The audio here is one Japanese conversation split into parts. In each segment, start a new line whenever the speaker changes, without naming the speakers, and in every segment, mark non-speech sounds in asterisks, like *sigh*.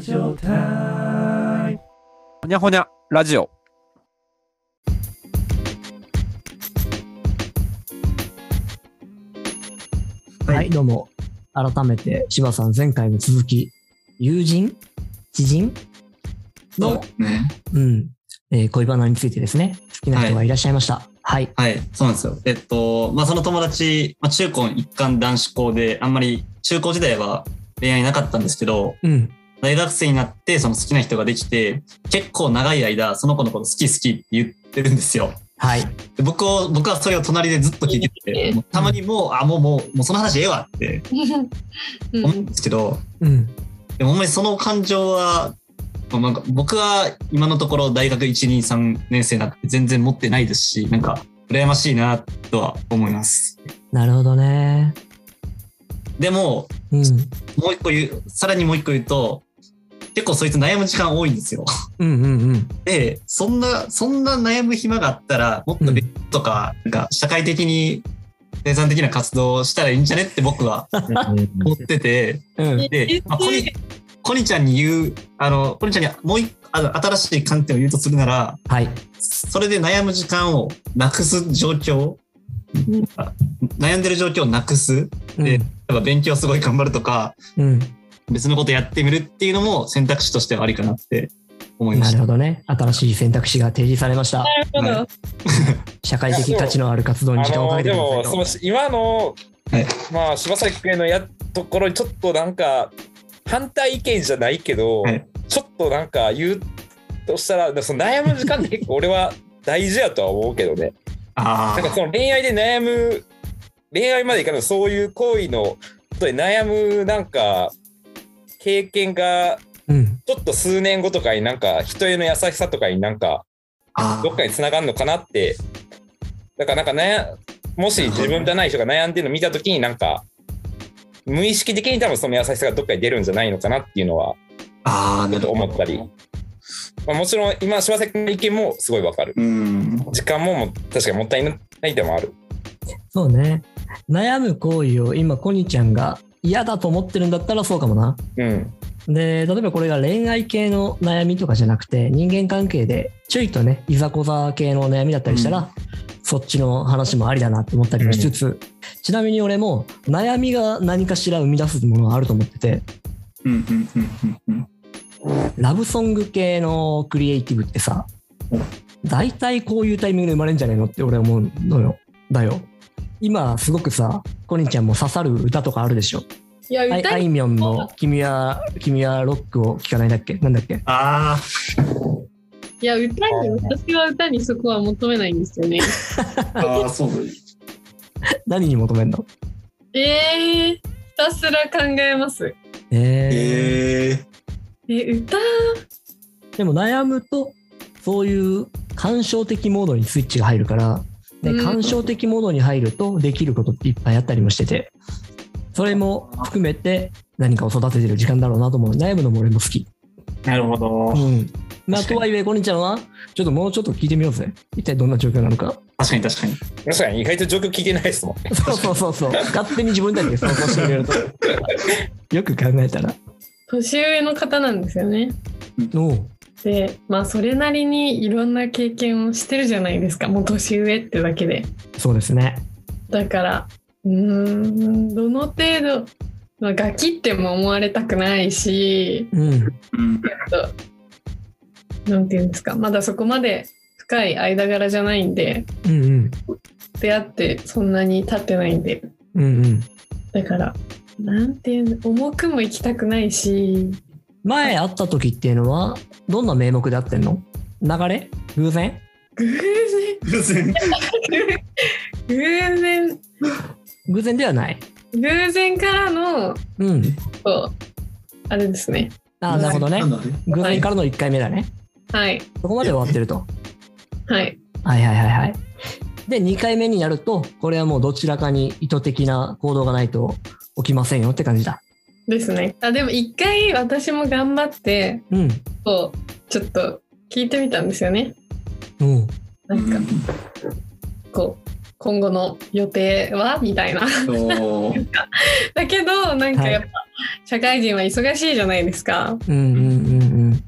ジオタイム。
ほにゃほにゃラジオ。
はい、どうも。改めて、柴さん、前回の続き、友人知人
そう
の
で、すね。
うん、えー恋バナについてですね、好きな人がいらっしゃいました。はい。
はい、そうなんですよ。えっと、まあ、その友達、まあ、中高一貫男子校で、あんまり中高時代は恋愛なかったんですけど、
うん。
大学生になってその好きな人ができて、結構長い間、その子のこと好き好きって言ってるんですよ。
はい。
で僕を僕はそれを隣でずっと聞いてて、もうたまにもう、あ、もう、もう、もうその話ええわって
うん
思うんですけど、
うん。
でもほんまにその感情は、まあなんか僕は今のところ大学1、2、3年生になって全然持ってないですし、なんか羨ましいなとは思います。
なるほどね。
でも、
うん。
もう一個言う、さらにもう一個言うと、結構そいつ悩む時間多いんですよ。 *laughs*
うんうんうん。
で、そんな、そんな悩む暇があったら、もっと別とか、なんか社会的に生産的な活動をしたらいいんじゃねって僕は思ってて、
うん。
で、まあ、コニ、コニちゃんに言う、あの、コニちゃんにもう一あの新しい観点を言うとするなら、
はい。
それで悩む時間をなくす状況、
うん
あ悩んでる状況をなくす、
うん
で例えば勉強すごい頑張るとか、
うん。
別のことやってみるっていうのも選択肢としてはありかなって思いま
な
し
る
た
ほ。どね。新しい選択肢が提示されました。
なるほど。
社会的価値のある活動に
あ
時間をか
の
けて
で
くださ
も
い
そ
と
の。今の、
はい
まあ柴崎君へのやところにちょっとなんか反対意見じゃないけど、
はい
ちょっとなんか言うとしたらその悩む時間って結構俺は大事やとは思うけどね
あ
なんかその恋愛で悩む恋愛までいかないそういう行為のことで悩むなんか経験が
うん。
ちょっと数年後とかになんか人への優しさとかになんか
あ
どっかに繋がるのかなって、だからなんか悩、もし自分じゃない人が悩んでるの見たときに、なんか、無意識的に多分その優しさがどっかに出るんじゃないのかなっていうのは、
あー、な
ちょっと
るほど
思ったり、まあ、もちろん今、柴崎君の意見もすごいわかる。
うん。
時間ももう確かにもったいないでもある。
そうね。悩む行為を今、コニちゃんが嫌だと思ってるんだったらそうかもな。
うん。
で、例えばこれが恋愛系の悩みとかじゃなくて、人間関係で、ちょいとね、いざこざ系の悩みだったりしたら、
う
そっちの話もありだなって思ったりもしつつ、ちなみに俺も、悩みが何かしら生み出すものはあると思ってて、
うんうんうんうんうん。
ラブソング系のクリエイティブってさ
うん、
大体こういうタイミングで生まれるんじゃないのって俺思うのよ。だよ。今、すごくさ、コニンちゃんも刺さる歌とかあるでしょ。
いや、
あい
歌
あ
い
いみょんの君は、君はロックを聴かないだっけなんだっけ
あ
いや、歌に、私は歌にそこは求めないんですよね。
ー、あーそうだね。
何に求めんの
えー、ひたすら考えます。
え
えー、
え、歌
でも悩むとそういう感傷的モードにスイッチが入るからで
うん
感傷的モードに入るとできることっていっぱいあったりもしててそれも含めて何かを育ててる時間だろうなと思う悩むのも俺も好き、
なるほ
う
ど。
んまあ、と
確かに
はいえこにちゃんはちょっともうちょっと聞いてみようぜ一体どんな状況なのか
確かに確かに。
確かに意外と状況聞いてないですもん。
そうそうそう *laughs* そう勝手に自分たちで想像してくれると *laughs* よく考えたら
年上の方なんですよね。
おう
で、まあ、それなりにいろんな経験をしてるじゃないですか。もう年上ってだけで。
そうですね
だから、うーん、どの程度、まあ、ガキっても思われたくないし、
うん
うん。
なんていうんですか、まだそこまで深い間柄じゃないんで、
うんうん
出会ってそんなに経ってないんで
うんうん
だからなんていうの重くも行きたくないし
前会った時っていうのはどんな名目で会ってんの流れ偶然
偶然
偶然。
偶然
偶然ではない
偶然からの
うん
こうあれですね
ああなるほどね
んだね。
偶然からの1回目だね
はい
そこまで終わってると
はい
はいはいはいはいで2回目になるとこれはもうどちらかに意図的な行動がないと起きませんよって感じだ
ですねあでも一回私も頑張って
うん
こうちょっと聞いてみたんですよね
うん
なんか
か。
こう今後の予定はみたいな *laughs*
そう。
だけどなんかやっぱ、社会人は忙しいじゃないですか。
うんうんうんうん。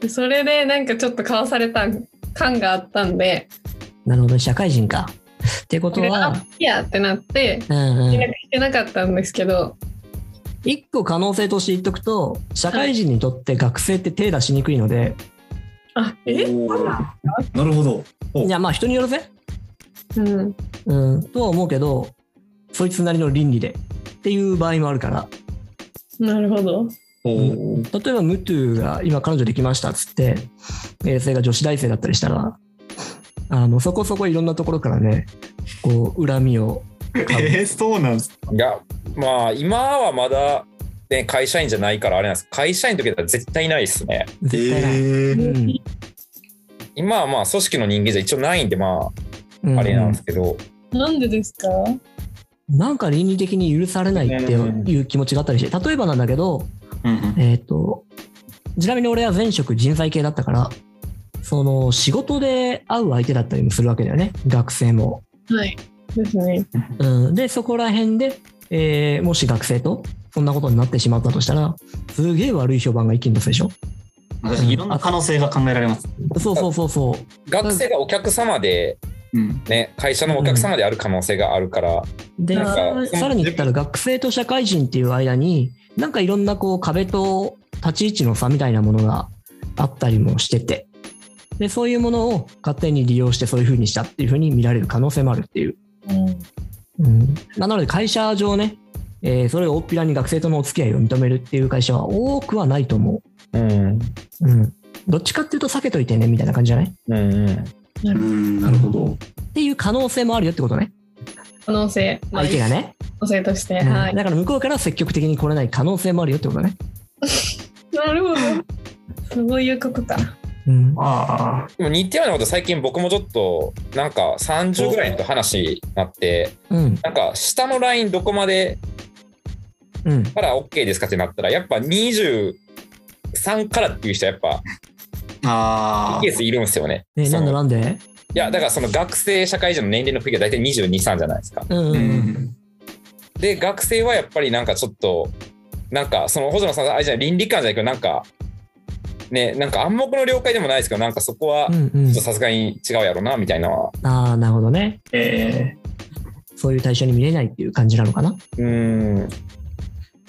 でそれでなんかちょっとかわされた感があったんで、
なるほど、社会人か。ってこと
これが
は
あ、いやってなって、
うんう
連
ん
絡してなかったんですけど、
一個可能性として言っとくと、社会人にとって学生って手出しにくいので、
あ、え
おーなるほど。お
いや、まあ人によるぜ。
うん。
うん、とは思うけど、そいつなりの倫理でっていう場合もあるから、
なるほど。
おー
例えばムトゥが今彼女できましたっつって、えーそれが女子大生だったりしたら、あの、そこそこいろんなところからね、こう、恨みを、
えー、そうなんです。
いや、まあ、今はまだ、ね、会社員じゃないからあれなんです会社員の時は絶対ないですね。
絶対ない。
えー
うん
今はまあ、組織の人間じゃ一応ないんで、ま
うん
あ、あれなんですけど、
なんでですか
なんか倫理的に許されないっていう気持ちがあったりして、例えばなんだけど、
うんうん
えっ、と、ちなみに俺は前職人材系だったから、その仕事で会う相手だったりもするわけだよね、学生も。
はい。ですね。
うん、で、そこら辺で、えーもし学生とそんなことになってしまったとしたら、すげえ悪い評判が一気に出すでしょ。
私いろんな可能性が考えられます。
そうそうそうそう。
学生がお客様で、
うん。
ね、会社のお客様である可能性があるから、
で、
なんか
ささらに言ったら学生と社会人っていう間に、なんかいろんなこう壁と立ち位置の差みたいなものがあったりもしてて、で、そういうものを勝手に利用してそういう風にしたっていう風に見られる可能性もあるっていう。うん、なので会社上ね、えーそれを大っぴらに学生とのお付き合いを認めるっていう会社は多くはないと思
うん、
う。うん。どっちかっていうと避けといてねみたいな感じじゃないっ
うん、うん。
うん、なるほど。
ていう可能性もあるよってことね。
可能性。まあ
相手がね。
可能性として。
うん
はい。
だから向こうから積極的に来れない可能性もあるよってことね。
なるほど。そういうことか。
うん。
ああ。
でも似たようなこと最近僕もちょっとなんか30ぐらいの話になって
うん。
なんか下のラインどこまで
うん。
から OK ですかってなったらやっぱ23からっていう人はやっぱ
あ
一ケースいるんですよね。
え
そ
なんだ
の
なんで
いやだからその学生社会人の年齢の区切りは大体223じゃないですか。
うん
あ。
う。
うんん。
で学生はやっぱりなんかちょっとなんかその細野さんあれじゃない倫理観じゃないけどなんかねなんか暗黙の了解でもないですけどなんかそこは
う
ちょ
んうん
っと。さすがに違うやろうなみたいな
ああ、なるほどね。
え
そういう対象に見れないっていう感じなのかな。
うーん。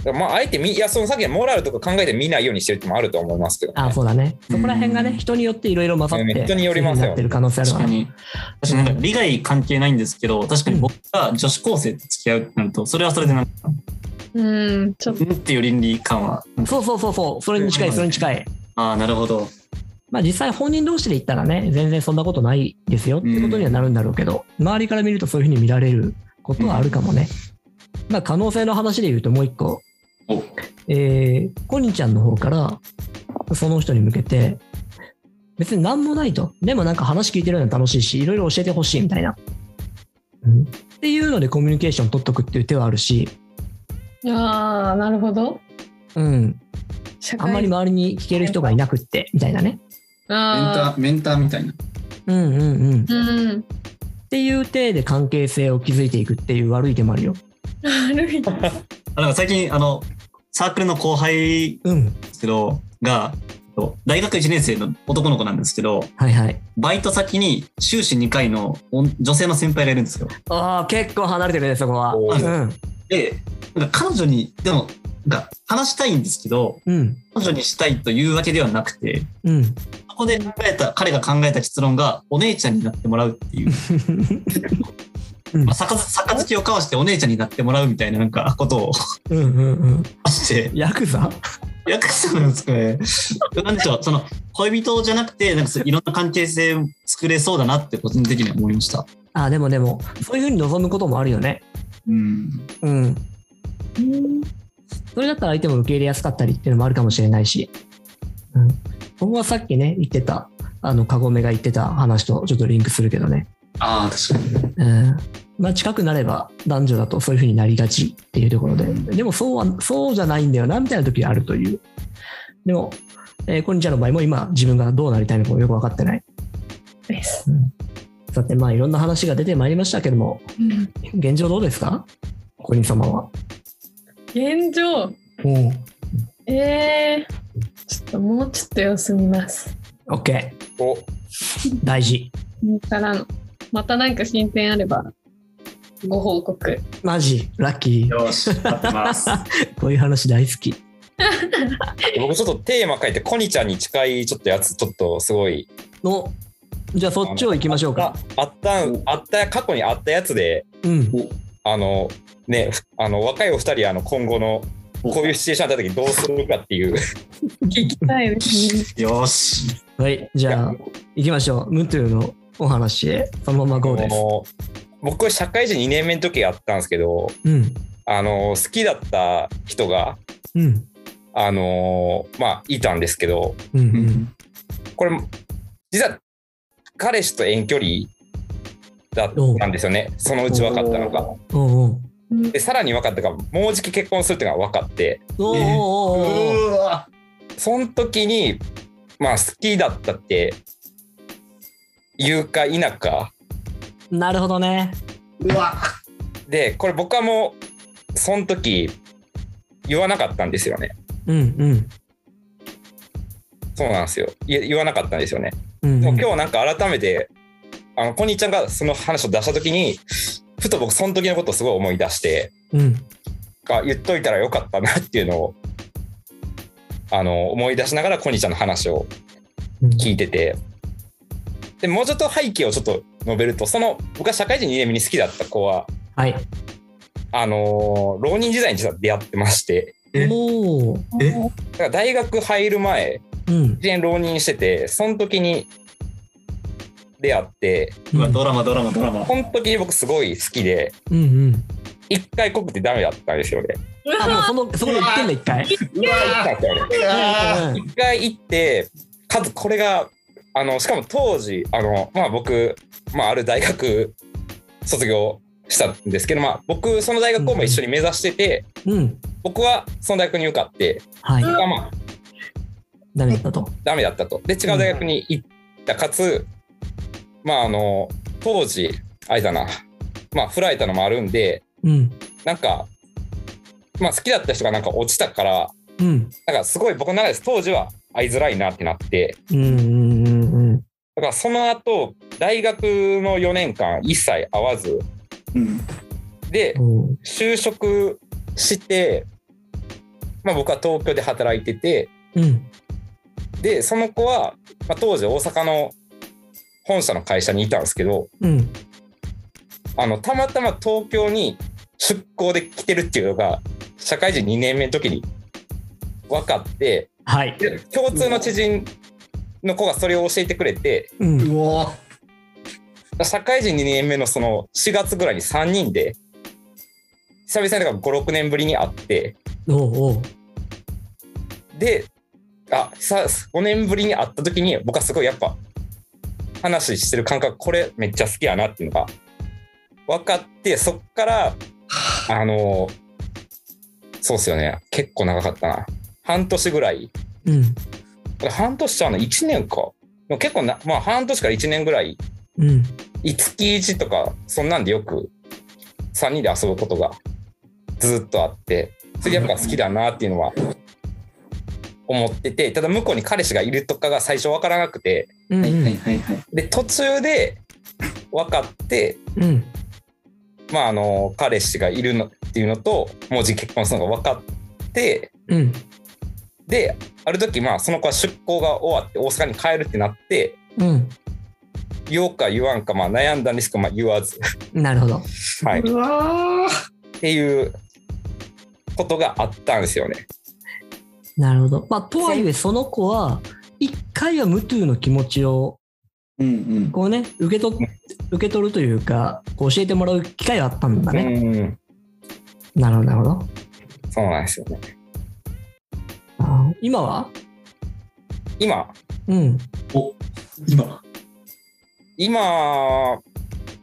だからまあ、あえてみ、いや、そのさっきのモラルとか考えて見ないようにしてるってのもあると思いますけど、ね。
ああ、そうだね。そこら辺が
う
ね、
ん
人によっていろいろ混ざっ
うん
て、
人によりますよ
そういう風になってる可能性
ー
ある
確
わ
か。に。私なんか利害関係ないんですけど、確かに僕が女子高生と付き合うってなると、それはそれでなんか、
うん。ちょっと
うんっていう倫理観は。
そうそうそうそう。それに近い、それに近い。
ああ、なるほど。
まあ実際本人同士で言ったらね、全然そんなことないですよってことにはなるんだろうけど、周りから見るとそういうふうに見られることはあるかもね。まあ可能性の話で言うともう一個
お、
えー、コニちゃんの方から、その人に向けて、別に何もないと。でもなんか話聞いてるのは楽しいし、いろいろ教えてほしいみたいな。うんっていうのでコミュニケーション取っとくっていう手はあるし、
ああ、なるほど。
うん。
社
あんまり
あ
周りに聞ける人がいなくって、みたいなね。
あ
メンターみたいな。
うんうんうん。
ー。うん。
っていう体で関係性を築いていくっていう悪い手もあるよ。
悪い。
あなんか最近、あの、サークルの後輩
うん。
ですけど、が、と大学1年生の男の子なんですけど、
はいはい。
バイト先に終始2回の女女性の先輩がいるんですよ。
ああ、結構離れてるね、そこは。
おー
うん。
で、なんか彼女に、でも、なんか話したいんですけど、
うん。
彼女にしたいというわけではなくて、
うん。
そこで考えた、彼が考えた結論が、お姉ちゃんになってもらうってい
*laughs*
う、 *laughs*
うん
まあ、逆さ逆付きを交わしてお姉ちゃんになってもらうみたいななんかことを *laughs*
うんうんうん。
して、
ヤクザ
役者なんですかね。なんでしょう、その、恋人じゃなくて、なんかそういろんな関係性を作れそうだなって個人的には思いました。
ああ、でもでも、そういうふうに望むこともあるよね。
うん。
うん。それだったら相手も受け入れやすかったりっていうのもあるかもしれないし。うん。僕はさっきね、言ってた、あの、カゴメが言ってた話とちょっとリンクするけどね。
ああ、確かに。
うんまあ、近くなれば男女だとそういうふうになりがちっていうところで、でもそうは、そうじゃないんだよな、みたいな時があるという。でも、えー、コニちゃんの場合も今、自分がどうなりたいのかもよく分かってない。
です。
さて、まあ、いろんな話が出てまいりましたけども、
うん
現状どうですかコニ様は。
現状
おう
えー、ちょっともうちょっと様子見ます。
OK。
お
大事。
これからの。またなんか進展あれば、ご報告。
マジ、ラッキー。 *laughs*
よし、待ってます。
こういう話大好き。
僕ちょっとテーマ書いてコニちゃんに近いちょっとやつちょっとすごい
の、じゃあそっちを行きましょうか。
あったんあった過去にあったやつで
うん。
あのねふあの若いお二人あの今後のこういうシチュエーションだった時どうするかっていう
聞きたいですね。
*laughs* よし。
はい、じゃあ行きましょう。ムトゥのお話へ、そのまま GO で
あ
す。
の僕社会人2年目の時やったんですけど
うん。
あの好きだった人が
うん。
あのまあいたんですけど
うん。
う
うん。
ん
これ実は彼氏と遠距離だったんですよねそのうち分かったのが。
おうおう
でさらに分かったのがもうじき結婚するっていうのが分かって
おうおうおうおう
うわ
その時にまあ好きだったって言うか否か
なるほどね。
うわ
でこれ僕はもうその時言わなかったんですよね
うんうん。
そうなんですよ言言わなかったんですよね
うん
で
う
も
ん、
今日なんか改めてあのコニーちゃんがその話を出した時にふと僕その時のことをすごい思い出して
うん、
あ言っといたらよかったなっていうのをあの思い出しながらコニーちゃんの話を
うん
聞いててでもうちょっと背景をちょっと述べるとその僕が社会人2年目に好きだった子は
はい。
あのー浪人時代に実は出会ってまして
え
おお。
え
だから大学入る前
うん。
1年浪人しててその時に出会って
うわ、ドラマ、ドラマ、ドラマ。
その時に僕すごい好きで
うんうん。
一回告ってダメだったんですよね。
あ、もうその、そこで言ってんだ、一回。
うわ
うんうん
一回行ってかつこれがあのしかも当時あの、まあ、僕、まあ、ある大学卒業したんですけど、まあ、僕その大学をも一緒に目指してて、
うん。
僕はその大学に受かって
はい。
僕はまあ
ダメだったと。
ダメだったとで違う大学に行ったかつまああの当時あれだなまあ振られたのもあるんで
うん。
なんか、まあ、好きだった人がなんか落ちたから
うん。
なんかすごい僕の中で当時は会いづらいなってなって。
うんうんうんうん。
だからその後大学の4年間一切会わず
うん
で
おう
就職して、まあ、僕は東京で働いてて
うん。
でその子は、まあ、当時大阪の本社の会社にいたんですけど
うん。
あのたまたま東京に出向で来てるっていうのが社会人2年目の時に分かって
はい。
で共通の知人の子がそれを教えてくれて
うん。
うわ
社会人2年目のその4月ぐらいに3人で久々にだから56年ぶりに会って
おうおう。
であさ5年ぶりに会った時に僕はすごいやっぱ話してる感覚これめっちゃ好きやなっていうのが分かってそっからあのそうっすよね結構長かったな半年ぐらい
うん。
半年ちゃうの1年かでも結構なまあ半年から1年ぐらい
うん。
月1とかそんなんでよく3人で遊ぶことがずっとあってそれやっぱ好きだなっていうのは思っててただ向こうに彼氏がいるとかが最初分からなくて
うん。
はいは
う
い
ん。
はいはい。
で途中で分かって
うん。
まああの彼氏がいるのっていうのともうじき結婚するのが分かって
うん。
である時まあその子は出向が終わって大阪に帰るってなって
うん。
言おうか言わんかまあ悩んだんですけどまあ言わず *laughs*
なるほど。
はいう
わ
っていうことがあったんですよね。
なるほど。まあ、とはいえ、その子は、一回はムトゥの気持ちを、
うんうん。
こうね、受け取っ受け取るというか、こう教えてもらう機会があったんだね。
うん
なるほど、なるほど。
そうなんですよね。
あー今は
今、
うん。
今。
今、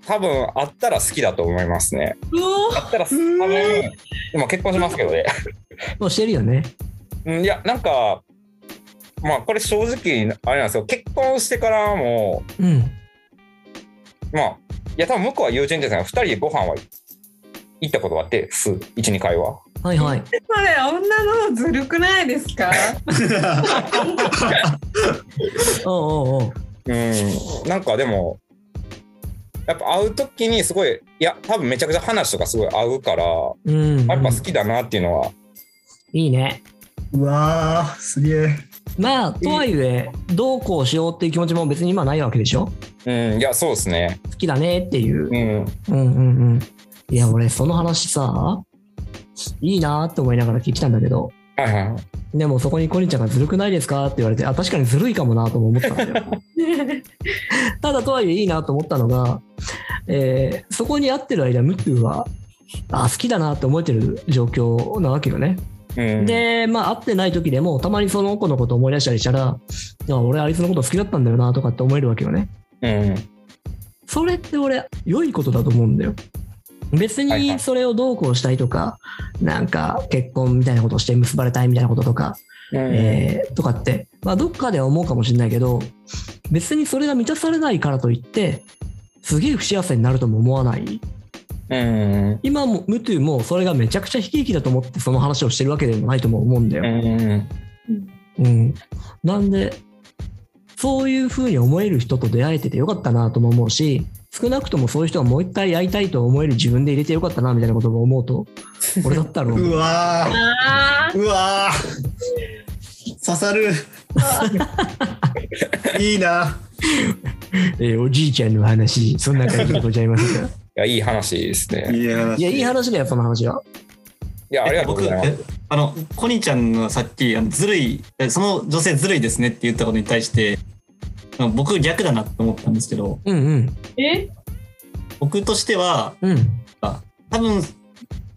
多分あったら好きだと思いますね。
うお
あったら、多分、今結婚しますけどね。 *laughs*
もうしてるよね。
うんいや、なんか、まあこれ正直、あれなんですよ。結婚してからも、
うん。
まあ、いや多分向こうは友人ですが、2人でご飯は行ったことがあって、数、1、2回は。
はいはい。
それ女のずるくないですか
おうおうおう。
うん、なんかでも、やっぱ会うときにすごい、いや、多分めちゃくちゃ話とかすごい合うから、や
うん、
っぱ好きだなっていうのは、
いいね。
うわー、すげえ。
まあ、とはいえ、どうこうしようっていう気持ちも別に今ないわけでしょ
うん、いや、そうですね。
好きだねっていう。
うん、
うんうんうん。いや、俺、その話さ、いいなーって思いながら聞いてたんだけど、
はいはい。
でもそこにコリンちゃんがずるくないですかって言われて、あ、確かにずるいかもなとも思ったんだよ。
*laughs*
ただとはいえいいなと思ったのが、えーそこに会ってる間、ムットゥは、あ、好きだなって思えてる状況なわけよね。
うん、
で、まあ、会ってない時でも、たまにその子のこと思い出したりしたら、あ俺、あいつのこと好きだったんだよなとかって思えるわけよね。
うん、
それって俺、良いことだと思うんだよ。別
はいはい
にそれをどうこうしたいとか、なんか結婚みたいなことをして結ばれたいみたいなこととか、
うん、
えーとかって、まあ、どっかでは思うかもしれないけど別にそれが満たされないからといってすげえ不幸せになるとも思わない
うん、
今もムトゥもそれがめちゃくちゃ生き生きだと思ってその話をしてるわけでもないとも思うんだ
う
よ、
ん、
うんなんでそういうふうに思える人と出会えててよかったなとも思うし少なくともそういう人はもう一回会いたいと思える自分で入れてよかったなみたいなことも思うと俺だったろ *laughs* う
うわ
*laughs* あ
ー、うわー。刺さる。 *laughs* いいな。
えーおじいちゃんの話そんな感じでございます *laughs* が
いや、いい話ですね。
いや
いやいい話だよその話はい
や、ありがとうご
僕
ざいます。
えあのコニちゃんがさっきあのずるいえその女性ずるいですねって言ったことに対してあの僕逆だなと思ったんですけど
うんうん
ーえ
僕としては
うん
多分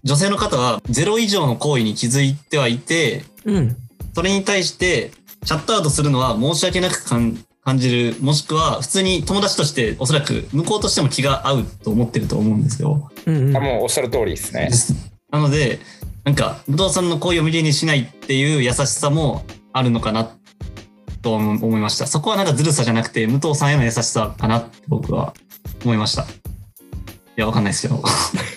女性の方はゼロ以上の行為に気づいてはいて
うん。
それに対してシャットアウトするのは申し訳なく感感じるもしくは普通に友達としておそらく向こうとしても気が合うと思ってると思うんですよ。
うんうん
あもうおっしゃる通りですね。
なのでなんか武藤さんの行為を無理にしないっていう優しさもあるのかなと思思いましたそこはなんかずるさじゃなくて武藤さんへの優しさかなって僕は思いましたいやわかんないですよ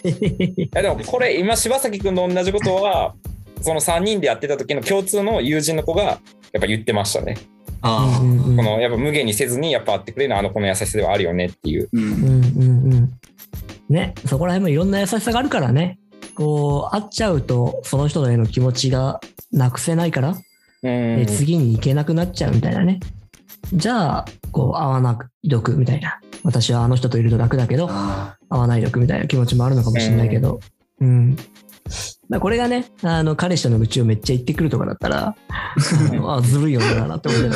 いやでもこれ今柴崎君と同じことはその3人でやってた時の共通の友人の子がやっぱ言ってましたね。
あ
う
あ
んうんうん
このやっぱ無限にせずにやっぱ会ってくれるのはあの子の優しさではあるよねっていう。
う
*laughs*
ん
うんうんうん。ね、そこら辺もいろんな優しさがあるからね。こう、会っちゃうと、その人への気持ちがなくせないから、
うん
で次に行けなくなっちゃうみたいなね。じゃあ、こう、会わなくみたいな。私はあの人といると楽だけど、
あ
合わない力みたいな気持ちもあるのかもしれないけど、うん。まあこれがね、あの、彼氏との愚痴をめっちゃ言ってくるとかだっ
*laughs*
たら、あのあ、ずるい女だなって思う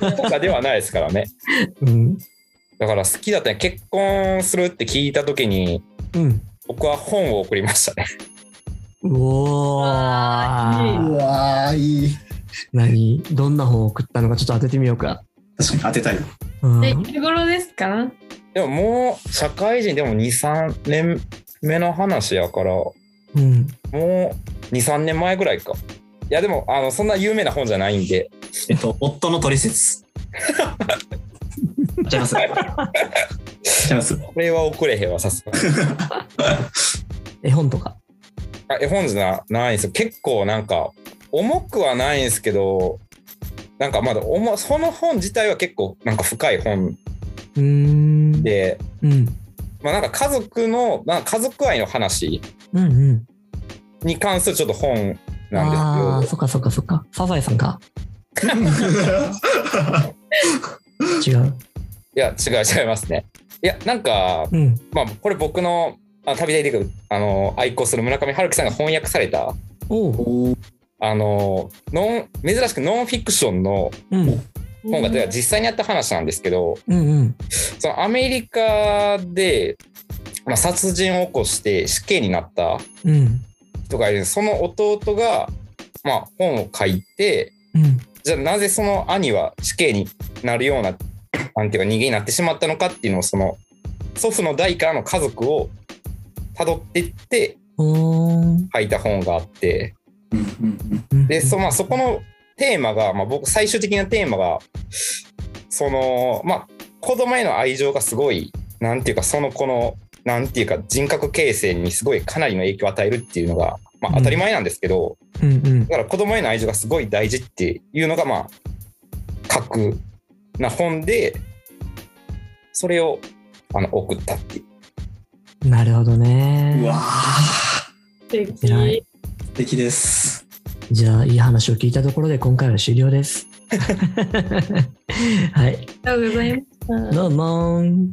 けど。
とかではないですからね。
うん。
だから好きだったね結婚するって聞いた時に
うん。
僕は本を送りましたね。 *laughs*
うお
わーいい
ー
ねう
わいい
何どんな本を送ったのかちょっと当ててみようか。
確かに当てたい
うん
えいつ頃ですか
でももう社会人でも23年目の話やからも
うん
う23年前ぐらいか。いやでもあのそんな有名な本じゃないんで。
えっと夫のトリセツ *laughs* ちゃいますちゃい *laughs* ます
これは送れへんわ、さすがに。
絵本とか。
あ絵本じゃないんですよ。結構なんか、重くはないんですけど、なんかまだ重、その本自体は結構なんか深い本
うーん。
で、
うん。
まあなんか家族の、まあ家族愛の話
うんうん。
に関するちょっと本な
あ
ん
あ、
です
そっかそっかそっか。サザエさんか。違
け
う。
ど、いや、違う違いますね。いや、なんか、
うん。
まあこれ僕の、あ旅で出てくる、あの、愛好する村上春樹さんが翻訳された、
おう。
おー
あの、ノン、珍しくノンフィクションの
うん。
本が、実際にあった話なんですけど、
うんうん。
そのアメリカで、まあ、殺人を起こして死刑になった
うん。
人がいるんですその弟が、まあ、本を書いて
うん。
じゃあなぜその兄は死刑になるようななんていうか逃げになってしまったのかっていうのをその祖父の代からの家族をたどっていって
おー
書いた本があって
うんうん
うん。
でそ,、まあ、そこのテーマが、まあ、僕最終的なテーマがそのまあ子供への愛情がすごいなんていうかその子のなんていうか人格形成にすごいかなりの影響を与えるっていうのがまあ当たり前なんですけど、
うんうん
だから子供への愛情がすごい大事っていうのがまあ格な本でそれをあの送ったっていう
なるほどね
うわー
素
偉い
敵
素敵です。
じゃあいい話を聞いたところで今回は終了
*laughs*
ですはい
ありがとうございました。
どうもーん